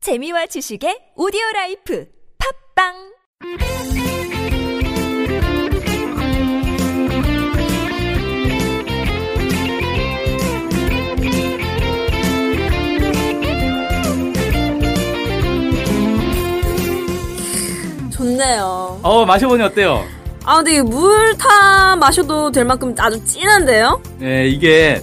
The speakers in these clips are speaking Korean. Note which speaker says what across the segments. Speaker 1: 재미와 지식의 오디오 라이프 팝빵
Speaker 2: 좋네요.
Speaker 3: 어 마셔보니 어때요?
Speaker 2: 아, 근데 물 타 마셔도 될 만큼 아주 진한데요?
Speaker 3: 예, 이게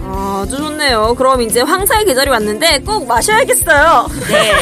Speaker 2: 아, 아주 좋네요. 그럼 이제 황사의 계절이 왔는데 꼭 마셔야겠어요.
Speaker 4: 네,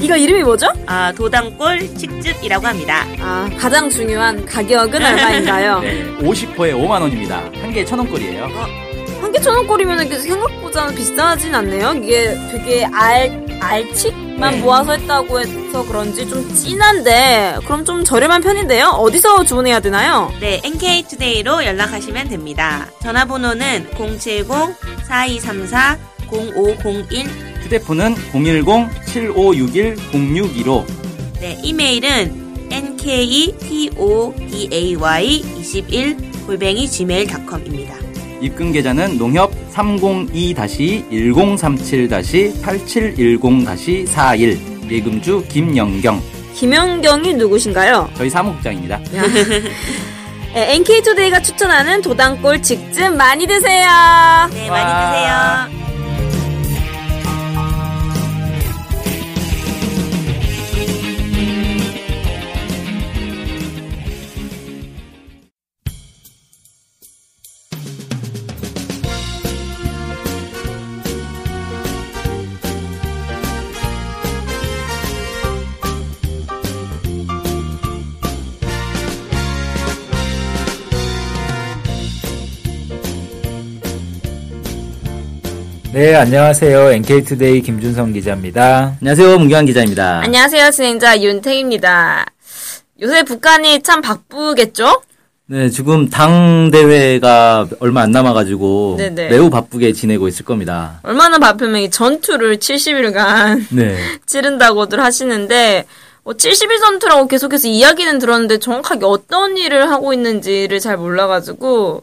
Speaker 2: 이거 이름이 뭐죠?
Speaker 4: 아, 도당골 칡즙이라고 합니다.
Speaker 2: 아, 가장 중요한 가격은 얼마인가요?
Speaker 3: 네, 50호에 5만 원입니다. 한 개에 천 원꼴이에요.
Speaker 2: 한 개 천 원꼴이면 이게 생각보다 비싸진 않네요. 이게 되게 알, 알칡만
Speaker 3: 네.
Speaker 2: 모아서 했다고 해서 그런지 좀 진한데, 그럼 좀 저렴한 편인데요? 어디서 주문해야 되나요?
Speaker 4: 네, NK투데이로 연락하시면 됩니다. 전화번호는 070-4234-0501
Speaker 3: 휴대폰은 010-7561-0615
Speaker 4: 네, 이메일은 e nktoday21 골뱅이 gmail.com입니다.
Speaker 3: 입금 계좌는 농협 302-1037-8710-41 예금주 김영경
Speaker 2: 김연경이 누구신가요?
Speaker 3: 저희 사무국장입니다.
Speaker 2: 네, NK투데이가 추천하는 도당골 직즙 많이 드세요.
Speaker 4: 네,
Speaker 3: 와.
Speaker 4: 많이 드세요.
Speaker 5: 네, 안녕하세요. NK투데이 김준성 기자입니다.
Speaker 3: 안녕하세요. 문경환 기자입니다.
Speaker 2: 안녕하세요, 진행자 윤택입니다. 요새 북한이 참 바쁘겠죠?
Speaker 3: 네, 지금 당 대회가 얼마 안 남아가지고
Speaker 2: 네네.
Speaker 3: 매우 바쁘게 지내고 있을 겁니다.
Speaker 2: 얼마나 바쁘면 이 전투를 70일간
Speaker 3: 네.
Speaker 2: 치른다고들 하시는데, 어, 70일 전투라고 계속해서 이야기는 들었는데 정확하게 어떤 일을 하고 있는지를 잘 몰라가지고,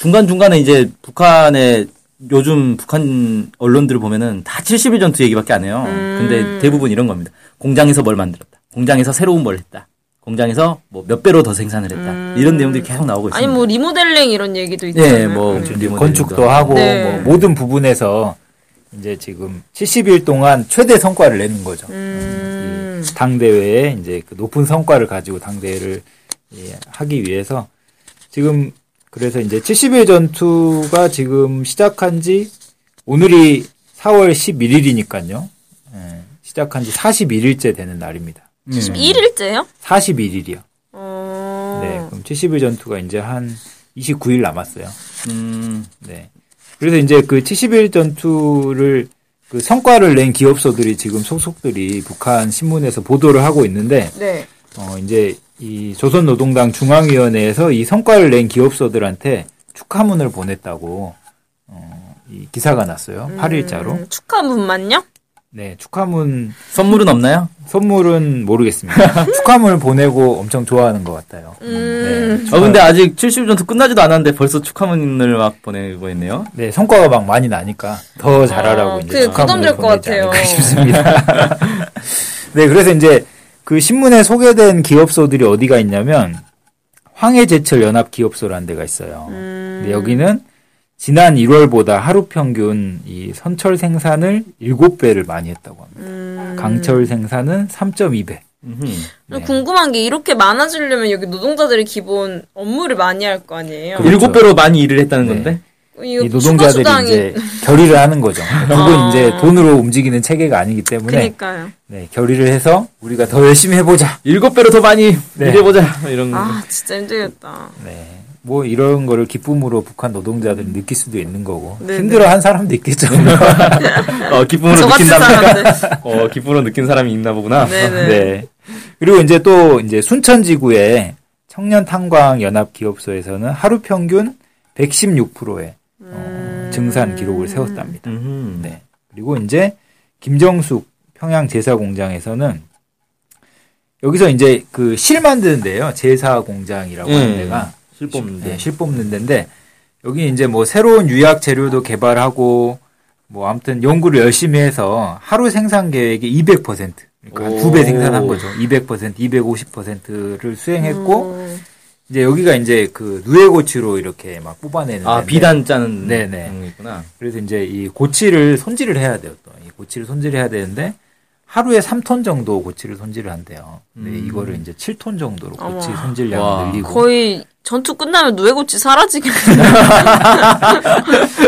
Speaker 3: 중간중간에 이제 북한의 요즘 북한 언론들을 보면은 다 70일 전투 얘기밖에 안 해요.
Speaker 2: 음.
Speaker 3: 근데 대부분 이런 겁니다. 공장에서 뭘 만들었다. 공장에서 새로운 뭘 했다. 공장에서 뭐 몇 배로 더 생산을 했다. 이런 내용들이 계속 나오고
Speaker 2: 음. 아니
Speaker 3: 있습니다.
Speaker 2: 뭐 리모델링 이런 얘기도 있잖아요.
Speaker 3: 예, 뭐
Speaker 5: 지금
Speaker 3: 리모델링도
Speaker 5: 음. 건축도 하고
Speaker 2: 네.
Speaker 5: 뭐 모든 부분에서 이제 지금 70일 동안 최대 성과를 내는 거죠. 이 당대회에 이제 그 높은 성과를 가지고 당대회를 예, 하기 위해서 지금 그래서 이제 70일 전투가 지금 시작한 지 오늘이 4월 11일이니까요. 예, 시작한 지 41일째 되는 날입니다.
Speaker 2: 1일째요?
Speaker 5: 41일이요.
Speaker 2: 어...
Speaker 5: 네, 그럼 70일 전투가 이제 한 29일 남았어요.
Speaker 3: 음,
Speaker 5: 네. 그래서 이제 그 70일 전투를 그 성과를 낸 기업소들이 지금 소속들이 북한 신문에서 보도를 하고 있는데
Speaker 2: 네.
Speaker 5: 어 이제 이 조선노동당 중앙위원회에서 이 성과를 낸 기업소들한테 축하문을 보냈다고 어이 기사가 났어요. 8일자로.
Speaker 2: 음, 축하문만요?
Speaker 5: 네, 축하문
Speaker 3: 선물은 없나요?
Speaker 5: 선물은 모르겠습니다. 축하문을 보내고 엄청 좋아하는 것 같아요. 네.
Speaker 2: 음.
Speaker 3: 어, 근데 아직 70일 전투 끝나지도 않았는데 벌써 축하문을 막 보내고 있네요.
Speaker 5: 네, 성과가 막 많이 나니까 더 잘하라고
Speaker 2: 어,
Speaker 5: 이제
Speaker 2: 그
Speaker 5: 축하문을
Speaker 2: 부담될 것
Speaker 5: 보내지
Speaker 2: 같아요.
Speaker 5: 않을까 싶습니다. 네, 그래서 이제 그 신문에 소개된 기업소들이 어디가 있냐면 황해제철 연합 기업소라는 데가 있어요.
Speaker 2: 음.
Speaker 5: 근데 여기는 지난 1월보다 하루 평균 이 선철 생산을 7배를 많이 했다고 합니다.
Speaker 2: 음.
Speaker 5: 강철 생산은 3.2배. 네.
Speaker 2: 궁금한 게 이렇게 많아지려면 여기 노동자들이 기본 업무를 많이 할 거 아니에요? 어,
Speaker 5: 그렇죠.
Speaker 3: 일곱 배로 많이 일을 했다는
Speaker 5: 네.
Speaker 3: 건데.
Speaker 2: 이거
Speaker 5: 이 노동자들이
Speaker 2: 추가수당이- 아.
Speaker 5: 이제 결의를 하는 거죠. 결국은 이제 돈으로 움직이는 체계가 아니기 때문에
Speaker 2: 그러니까요.
Speaker 5: 네, 결의를 해서 우리가 더 열심히 해보자.
Speaker 3: 일곱 배로 더 많이
Speaker 5: 네.
Speaker 3: 일해보자 이런.
Speaker 2: 아 진짜 아, 힘들겠다.
Speaker 5: 네. 뭐 이런 거를 기쁨으로 북한 노동자들이 느낄 수도 있는 거고
Speaker 2: 네,
Speaker 5: 힘들어한 사람도 있겠죠.
Speaker 3: 어, 기쁨으로
Speaker 2: 저 같은
Speaker 3: 느낀다.
Speaker 2: 사람들.
Speaker 3: 어, 기쁨으로 느낀 사람이 있나 보구나.
Speaker 2: 네네.
Speaker 5: 네. 그리고 이제 또 이제 순천지구의 청년탄광연합기업소에서는 하루 평균 116%의 어,
Speaker 2: 음.
Speaker 5: 증산 기록을 세웠답니다.
Speaker 3: 음.
Speaker 5: 네. 그리고 이제 김정숙 평양 제사 공장에서는 여기서 이제 그 실 만드는데요. 제사 공장이라고 하는
Speaker 3: 예.
Speaker 5: 데가
Speaker 3: 실
Speaker 5: 네,
Speaker 3: 뽑는데.
Speaker 5: 실 뽑는 데인데 여기 이제 뭐 새로운 유약 재료도 개발하고 뭐 아무튼 연구를 열심히 해서 하루 생산 계획의 200% 그러니까
Speaker 3: 오.
Speaker 5: 두 배 생산한 거죠. 200% 250%를 수행했고
Speaker 2: 음.
Speaker 5: 이제 여기가 이제 그 누에고치로 이렇게 막 뽑아내는
Speaker 3: 아,
Speaker 5: 데인데
Speaker 3: 비단 짜는
Speaker 5: 네. 네네.
Speaker 3: 내용이구나.
Speaker 5: 그래서 이제 이 고치를 손질을 해야 돼요. 또 이 고치를 손질해야 되는데 하루에 3톤 정도 고치를 손질을 한대요. 근데
Speaker 3: 음.
Speaker 5: 이거를 이제 7톤 정도로 고치
Speaker 2: 어머.
Speaker 5: 손질량을
Speaker 3: 와.
Speaker 5: 늘리고
Speaker 2: 거의 전투 끝나면 누에고치 사라지겠네.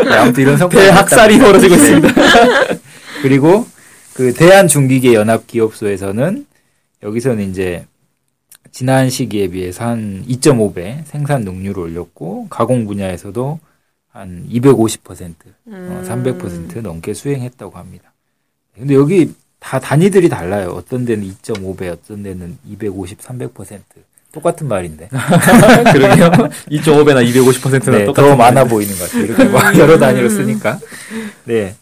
Speaker 5: 네, 아무튼 이런 성과를
Speaker 3: 대학살이
Speaker 5: 했답니다. 네.
Speaker 3: 벌어지고 있습니다.
Speaker 5: 그리고 그 대한중기계 연합기업소에서는 여기서는 이제 지난 시기에 비해서 한 2.5배 생산 능률을 올렸고 가공 분야에서도 한 250% 어, 300% 넘게 수행했다고 합니다. 근데 여기 다 단위들이 달라요. 어떤 데는 2.5배, 어떤 데는 250, 300% 똑같은 말인데
Speaker 3: 그러게요. 2.5배나 250%나
Speaker 5: 네,
Speaker 3: 똑같은
Speaker 5: 더 많아 보이는 것 같아요. 이렇게 막 여러 단위로 쓰니까. 네.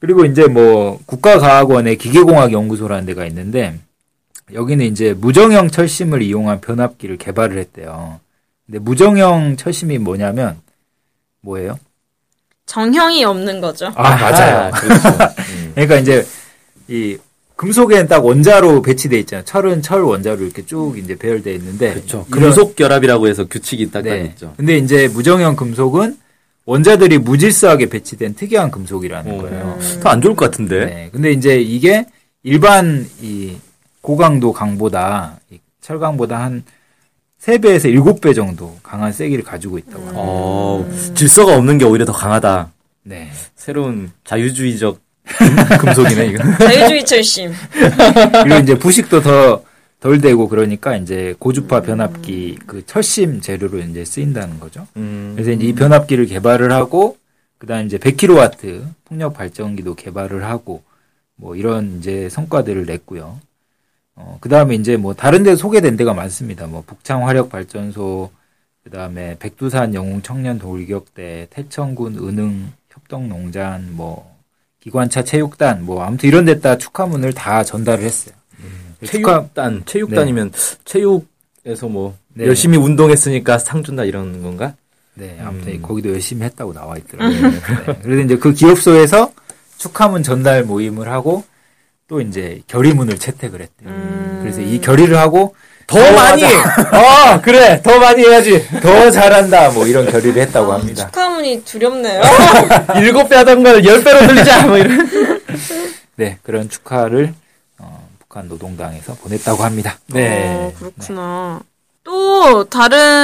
Speaker 5: 그리고 이제 뭐 국가과학원의 기계공학 연구소라는 데가 있는데 여기는 이제 무정형 철심을 이용한 변압기를 개발을 했대요. 근데 무정형 철심이 뭐냐면 뭐예요?
Speaker 2: 정형이 없는 거죠.
Speaker 5: 아,
Speaker 3: 맞아요. 네.
Speaker 5: 그러니까 이제 이 금속에는 딱 원자로 배치돼 있잖아요. 철은 철 원자로 이렇게 쭉 이제 배열돼 있는데
Speaker 3: 그렇죠.
Speaker 5: 이런-
Speaker 3: 금속 결합이라고 해서 규칙이 딱딱 있죠.
Speaker 5: 네. 근데 이제 무정형 금속은 원자들이 무질서하게 배치된 특이한 금속이라는
Speaker 3: 네.
Speaker 5: 거예요.
Speaker 3: 더 안 좋을 것 같은데.
Speaker 5: 네. 근데 이제 이게 일반 이 고강도 강보다 이 철강보다 한 3배에서 7배 정도 강한 세기를 가지고 있다고 합니다.
Speaker 3: 어, 질서가 없는 게 오히려 더 강하다.
Speaker 5: 네.
Speaker 3: 새로운 자유주의적 금속이네, 이거.
Speaker 5: 음.
Speaker 2: 자유주의 철심.
Speaker 5: 네. 그리고 이제 부식도 더 덜 되고 그러니까 이제 고주파 변압기 그 철심 재료로 이제 쓰인다는 거죠.
Speaker 3: 음,
Speaker 5: 그래서 이제 이 변압기를 개발을 하고 그다음 이제 100kW 풍력 발전기도 개발을 하고 뭐 이런 이제 성과들을 냈고요. 어, 그다음에 이제 뭐 다른 데 소개된 데가 많습니다. 뭐 북창 화력 발전소 그다음에 백두산 영웅 청년 돌격대, 태천군 은흥 협동 농장 뭐 기관차 체육단 뭐 아무튼 이런 데다 축하문을 다 전달을 했어요. 축하
Speaker 3: 체육단, 체육단이면 체육에서 뭐
Speaker 5: 네.
Speaker 3: 열심히 운동했으니까 상 준다 이런 건가? 음.
Speaker 5: 네, 아무튼 거기도 열심히 했다고 나와 있더라고요. 네, 그래서 이제 그 기업소에서 축하문 전달 모임을 하고 또 이제 결의문을 채택을 했대요. 그래서 이 결의를 하고
Speaker 3: 음. 더 많이! 아,
Speaker 5: 어 그래 더 많이 해야지 더 잘한다 뭐 이런 결의를 했다고 합니다.
Speaker 2: 축하문이 두렵네요.
Speaker 3: 일곱 배 하던 걸 열 배로 늘리자! 뭐 이런.
Speaker 5: 네 그런 축하를 어, 북한 노동당에서 보냈다고 합니다.
Speaker 3: 네.
Speaker 2: 어, 그렇구나. 또 다른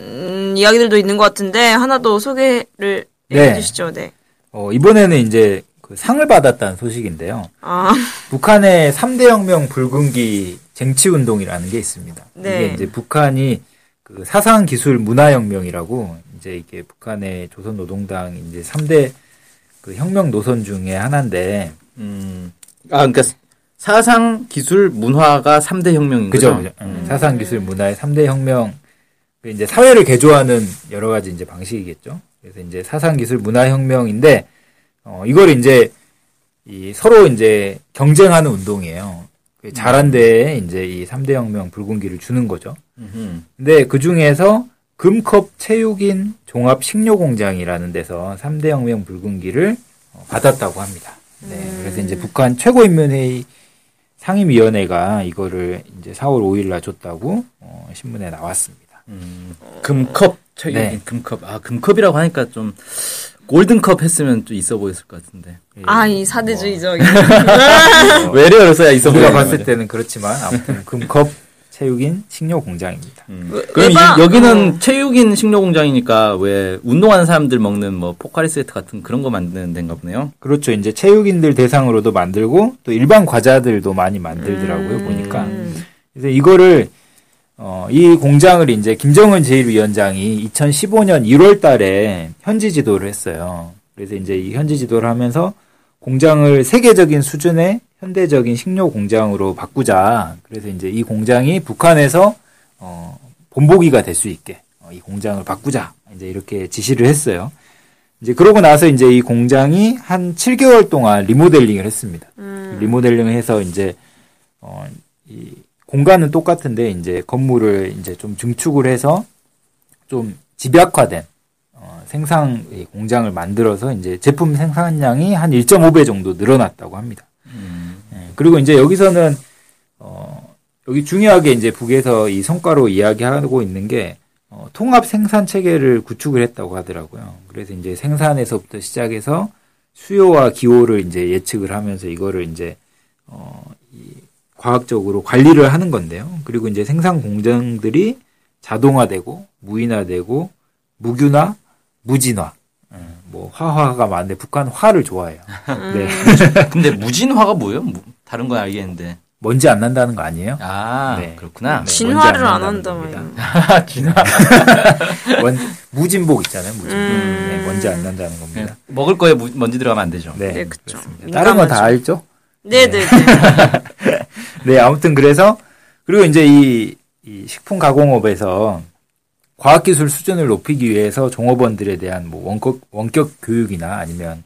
Speaker 2: 음, 이야기들도 있는 것 같은데 하나 더 소개를
Speaker 5: 네.
Speaker 2: 해주시죠. 네.
Speaker 5: 어, 이번에는 이제 그 상을 받았다는 소식인데요.
Speaker 2: 아,
Speaker 5: 북한의 3대 혁명 붉은기 쟁취 운동이라는 게 있습니다.
Speaker 2: 네.
Speaker 5: 이게 이제 북한이 그 사상 기술 문화 혁명이라고 이제 이게 북한의 조선 노동당 이제 3대 그 혁명 노선 중에 하나인데
Speaker 3: 음, 아, 그러니까 사상, 기술, 문화가 3대 혁명인
Speaker 5: 그죠?
Speaker 3: 거죠?
Speaker 5: 그죠? 음, 사상 기술 문화의 3대 혁명 그 이제 사회를 개조하는 여러 가지 이제 방식이겠죠. 그래서 이제 사상 기술 문화 혁명인데 어 이걸 이제 이 서로 이제 경쟁하는 운동이에요. 그 잘한 데에 이제 이 3대 혁명 붉은기를 주는 거죠.
Speaker 3: 음흠.
Speaker 5: 근데 그 중에서 금컵 체육인 종합 식료 공장이라는 데서 3대 혁명 붉은기를 어, 받았다고 합니다. 네. 그래서 이제 북한 최고인민회의 상임위원회가 이거를 이제 4월 5일 날 줬다고 어, 신문에 나왔습니다.
Speaker 3: 금컵 체육
Speaker 5: 네.
Speaker 3: 금컵 아 금컵이라고 하니까 좀 골든컵 했으면 좀 있어 보였을 것 같은데
Speaker 5: 네. 예,
Speaker 2: 아이 사대주의적인.
Speaker 5: 뭐,
Speaker 3: 외래어로 써야 있어
Speaker 5: 우리가
Speaker 3: 보이는
Speaker 5: 봤을
Speaker 3: 거죠.
Speaker 5: 때는 그렇지만 아무튼 금컵 체육인 식료 공장입니다.
Speaker 2: 왜-
Speaker 3: 그럼
Speaker 2: 외박-
Speaker 3: 이- 여기는
Speaker 2: 어.
Speaker 3: 체육인 식료 공장이니까 왜 운동하는 사람들 먹는 뭐 포카리 세트 같은 그런 거 만드는 데인가 보네요.
Speaker 5: 그렇죠. 이제 체육인들 대상으로도 만들고 또 일반 과자들도 많이 만들더라고요 보니까. 그래서 이거를 어, 이 공장을 이제 김정은 제1위원장이 2015년 1월 달에 현지 지도를 했어요. 그래서 이제 이 현지 지도를 하면서 공장을 세계적인 수준의 현대적인 식료 공장으로 바꾸자. 그래서 이제 이 공장이 북한에서 어, 본보기가 될 수 있게 어, 이 공장을 바꾸자. 이제 이렇게 지시를 했어요. 이제 그러고 나서 이제 이 공장이 한 7개월 동안 리모델링을 했습니다. 리모델링을 해서 이제 어, 이 공간은 똑같은데 이제 건물을 이제 좀 증축을 해서 좀 집약화된 어, 생산 이 공장을 만들어서 이제 제품 생산량이 한 1.5배 정도 늘어났다고 합니다. 예, 그리고 이제 여기서는 어, 여기 중요하게 이제 북에서 이 성과로 이야기하고 있는 게 어, 통합 생산 체계를 구축을 했다고 하더라고요. 그래서 이제 생산에서부터 시작해서 수요와 기호를 이제 예측을 하면서 이거를 이제 어, 이 과학적으로 관리를 하는 건데요. 그리고 이제 생산 공장들이 자동화되고 무인화되고 무균화, 무진화. 음, 뭐 화화가 많은데 북한 화를 좋아해요. 네.
Speaker 3: 근데 무진화가 뭐예요? 무- 다른 건 알겠는데.
Speaker 5: 먼지 안 난다는 거 아니에요?
Speaker 3: 아,
Speaker 5: 네.
Speaker 3: 그렇구나.
Speaker 5: 네.
Speaker 2: 진화를
Speaker 5: 뭔지
Speaker 2: 안
Speaker 5: 안
Speaker 2: 한다
Speaker 5: 합니다.
Speaker 2: 말이야.
Speaker 5: 원- 무진복 있잖아요. 무진복.
Speaker 2: 음.
Speaker 5: 네, 먼지 안 난다는
Speaker 3: 네.
Speaker 5: 겁니다.
Speaker 3: 먹을 거에 무- 먼지 들어가면 안 되죠.
Speaker 5: 네,
Speaker 2: 네, 그쵸.
Speaker 5: 그렇습니다. 다른 건 다
Speaker 2: 민감하죠.
Speaker 5: 알죠?
Speaker 2: 네네네.
Speaker 5: 네, 아무튼 그래서 그리고 이제 이, 이 식품 가공업에서 과학기술 수준을 높이기 위해서 종업원들에 대한 뭐 원격, 원격 교육이나 아니면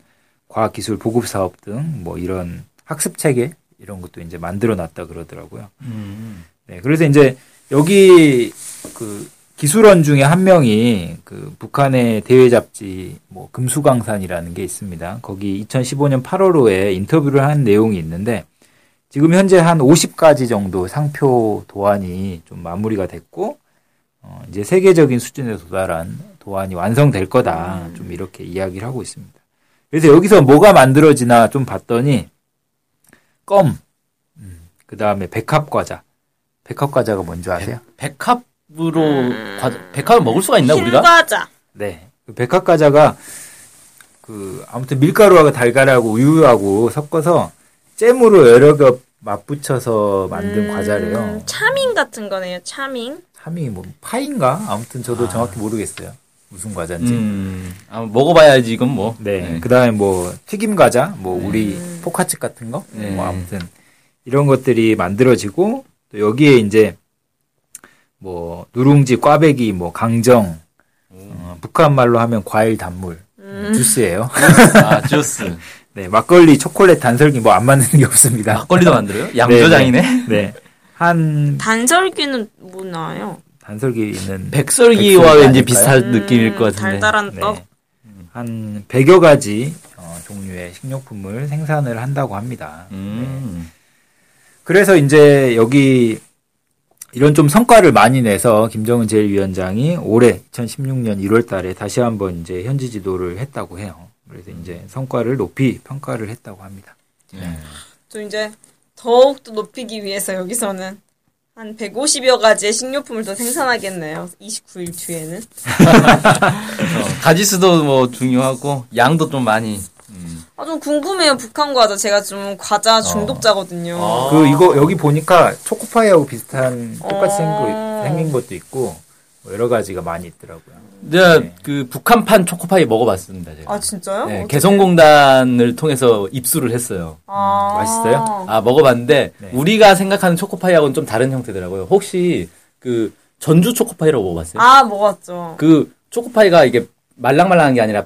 Speaker 5: 과학기술 보급 사업 등 뭐 이런 학습 체계 이런 것도 이제 만들어 놨다 그러더라고요.
Speaker 3: 음.
Speaker 5: 네, 그래서 이제 여기 그 기술원 중에 한 명이 그 북한의 대외 잡지 뭐 금수강산이라는 게 있습니다. 거기 2015년 8월호에 인터뷰를 한 내용이 있는데 지금 현재 한 50가지 정도 상표 도안이 좀 마무리가 됐고 어, 이제 세계적인 수준에 도달한 도안이 완성될 거다. 좀 이렇게 이야기를 하고 있습니다. 그래서 여기서 뭐가 만들어지나 좀 봤더니 껌, 그 다음에 백합 과자. 백합 과자가 뭔지 아세요?
Speaker 3: 백합으로 과- 백합을 먹을 수가 있나 우리가?
Speaker 2: 힐과자.
Speaker 5: 네. 그 백합 과자가 그 아무튼 밀가루하고 달걀하고 우유하고 섞어서 잼으로 여러 겹 맞붙여서 만든
Speaker 3: 그
Speaker 5: 과자래요.
Speaker 2: 음, 차밍 같은 거네요. 차밍.
Speaker 5: 함이 뭐 파인가? 아무튼 저도 정확히 모르겠어요. 무슨 과자인지.
Speaker 3: 음, 아, 먹어봐야지 이건 뭐.
Speaker 5: 네. 그다음에 뭐 튀김 과자, 뭐 우리 포카칩 같은 거,
Speaker 3: 네.
Speaker 5: 뭐 아무튼 이런 것들이 만들어지고 또 여기에 이제 뭐 누룽지, 꽈배기, 뭐 강정,
Speaker 3: 음.
Speaker 5: 어, 북한 말로 하면 과일 단물 주스예요.
Speaker 3: 아, 주스.
Speaker 5: 네, 막걸리, 초콜릿, 단설기 뭐 안 맞는 게 없습니다.
Speaker 3: 막걸리도 만들어요? 양조장이네.
Speaker 5: 네, 한
Speaker 2: 단설기는 뭐 나와요?
Speaker 5: 단설기는
Speaker 3: 백설기와
Speaker 5: 백설기
Speaker 3: 왠지
Speaker 5: 아닐까요?
Speaker 2: 음,
Speaker 3: 비슷한 음, 느낌일 것 같은데.
Speaker 2: 달달한 떡.
Speaker 5: 네.
Speaker 3: 음.
Speaker 5: 한 100여 가지 어, 종류의 식료품을 생산을 한다고 합니다.
Speaker 3: 음.
Speaker 5: 그래서 이제 여기 이런 좀 성과를 많이 내서 김정은 제1위원장이 올해 2016년 1월 달에 다시 한번 이제 현지 지도를 했다고 해요. 그래서 이제 성과를 높이 평가를 했다고 합니다.
Speaker 3: 네.
Speaker 2: 좀 이제 더욱 더 높이기 위해서 여기서는 한 150여 가지의 식료품을 더 생산하겠네요. 29일 뒤에는.
Speaker 3: 어, 가지수도 뭐 중요하고 양도 좀 많이.
Speaker 2: 아, 좀 궁금해요. 북한 과자. 제가 좀 과자 중독자거든요.
Speaker 3: 아.
Speaker 5: 그 이거 여기 보니까 초코파이하고 비슷한 똑같이
Speaker 2: 어.
Speaker 5: 생긴, 생긴 것도 있고 뭐 여러 가지가 많이 있더라고요.
Speaker 3: 제가 그 북한판 초코파이 먹어봤습니다. 제가.
Speaker 2: 아, 진짜요?
Speaker 3: 네,
Speaker 2: 어떡해.
Speaker 3: 개성공단을 통해서 입수를 했어요.
Speaker 2: 아.
Speaker 5: 맛있어요?
Speaker 3: 아 먹어봤는데
Speaker 5: 네.
Speaker 3: 우리가 생각하는 초코파이하고는 좀 다른 형태더라고요. 혹시 그 전주 초코파이라고 먹어봤어요?
Speaker 2: 아, 먹었죠.
Speaker 3: 그 초코파이가 이게 말랑말랑한 게 아니라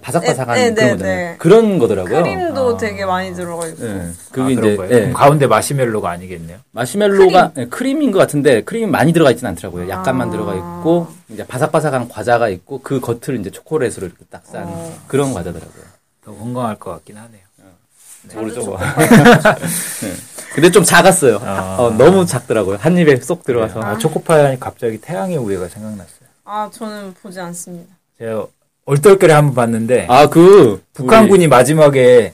Speaker 2: 네, 네,
Speaker 3: 바삭바삭한 그런
Speaker 2: 네,
Speaker 3: 거잖아요.
Speaker 2: 네.
Speaker 3: 그런 거더라고요. 아.
Speaker 2: 크림도 되게 많이 들어가 있고.
Speaker 3: 예,
Speaker 5: 아,
Speaker 3: 그게
Speaker 5: 그런
Speaker 3: 이제
Speaker 5: 거예요?
Speaker 3: 예,
Speaker 5: 그럼 가운데 마시멜로가 아니겠네요.
Speaker 3: 마시멜로가 크림? 인것 같은데 크림이 많이 들어가 있진 않더라고요.
Speaker 2: 아.
Speaker 3: 약간만 들어가 있고 이제 바삭바삭한 과자가 있고 그 겉을 이제 초콜릿으로 이렇게 딱 싼
Speaker 2: 어.
Speaker 3: 그런 과자더라고요.
Speaker 5: 더 건강할 것 같긴 하네요.
Speaker 3: 모르죠. 뭐. 예. 근데 좀 작았어요. 어, 너무 작더라고요. 한 입에 쏙 들어가서.
Speaker 5: 아, 초코파이 하니 갑자기 태양의 우애가 생각났어요.
Speaker 2: 아, 저는 보지 않습니다.
Speaker 5: 제가 얼떨결에 한번 봤는데
Speaker 3: 아, 그
Speaker 5: 북한군이 마지막에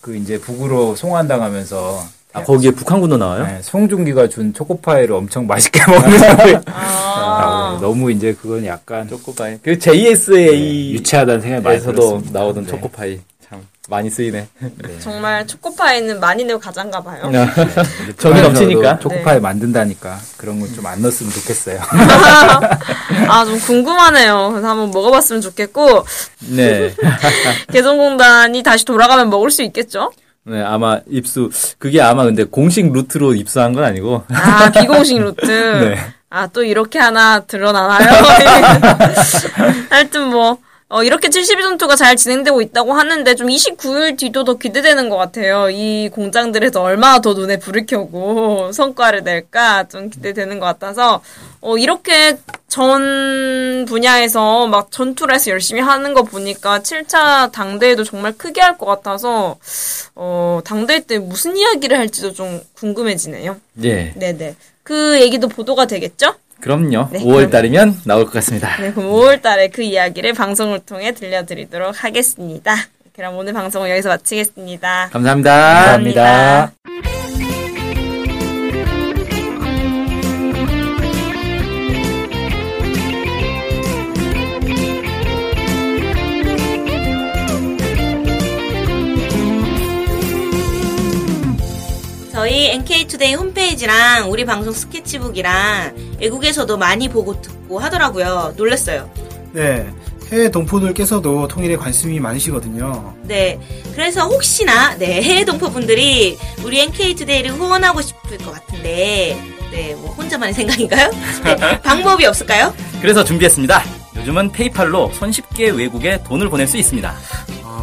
Speaker 5: 그 이제 북으로 송환당하면서
Speaker 3: 아, 거기에 북한군도 나와요?
Speaker 5: 네, 송중기가 준 초코파이를 엄청 맛있게 먹는 아,
Speaker 2: 아.
Speaker 5: 너무 이제 그건 약간 네,
Speaker 3: 초코파이. 그 JSA
Speaker 5: 유치하다는 생각이 많이
Speaker 3: 에서도
Speaker 5: 들었습니다.
Speaker 3: 나오던
Speaker 5: 네.
Speaker 3: 초코파이. 참. 많이 쓰이네.
Speaker 2: 정말 초코파이는 많이 내고 가장가 봐요.
Speaker 3: 정이
Speaker 5: 북한에서도
Speaker 3: 넘치니까.
Speaker 5: 초코파이 만든다니까 그런 건 좀 안 넣었으면 좋겠어요.
Speaker 2: 아, 좀 궁금하네요. 그래서 한번 먹어봤으면 좋겠고,
Speaker 3: 네.
Speaker 2: 개성공단이 다시 돌아가면 먹을 수 있겠죠?
Speaker 3: 네, 아마 입수 그게 아마 근데 공식 루트로 입수한 건 아니고
Speaker 2: 아, 비공식 루트. 아, 또 이렇게 하나 드러나나요? 하여튼 뭐, 어, 이렇게 72전투가 잘 진행되고 있다고 하는데, 좀 29일 뒤도 더 기대되는 것 같아요. 이 공장들에서 얼마나 더 눈에 불을 켜고 성과를 낼까 좀 기대되는 것 같아서, 어, 이렇게 전 분야에서 막 전투를 해서 열심히 하는 거 보니까 7차 당대회도 정말 크게 할 것 같아서, 어, 당대회 때 무슨 이야기를 할지도 좀 궁금해지네요.
Speaker 3: 예.
Speaker 2: 네네. 그 얘기도 보도가 되겠죠?
Speaker 3: 그럼요.
Speaker 2: 네,
Speaker 3: 5월 달이면 나올 것 같습니다.
Speaker 2: 네, 그럼 5월 달에 그 이야기를 방송을 통해 들려드리도록 하겠습니다. 그럼 오늘 방송은 여기서 마치겠습니다.
Speaker 3: 감사합니다.
Speaker 2: 감사합니다.
Speaker 4: 저희 NK투데이 홈페이지랑 우리 방송 스케치북이랑 외국에서도 많이 보고 듣고 하더라고요. 놀랐어요.
Speaker 6: 네. 해외 동포들께서도 통일에 관심이 많으시거든요.
Speaker 4: 네. 그래서 혹시나 네, 해외 동포분들이 우리 NK투데이를 후원하고 싶을 것 같은데 네, 뭐 혼자만의 생각인가요? 네, 방법이 없을까요?
Speaker 3: 그래서 준비했습니다. 요즘은 페이팔로 손쉽게 외국에 돈을 보낼 수 있습니다.
Speaker 6: 아,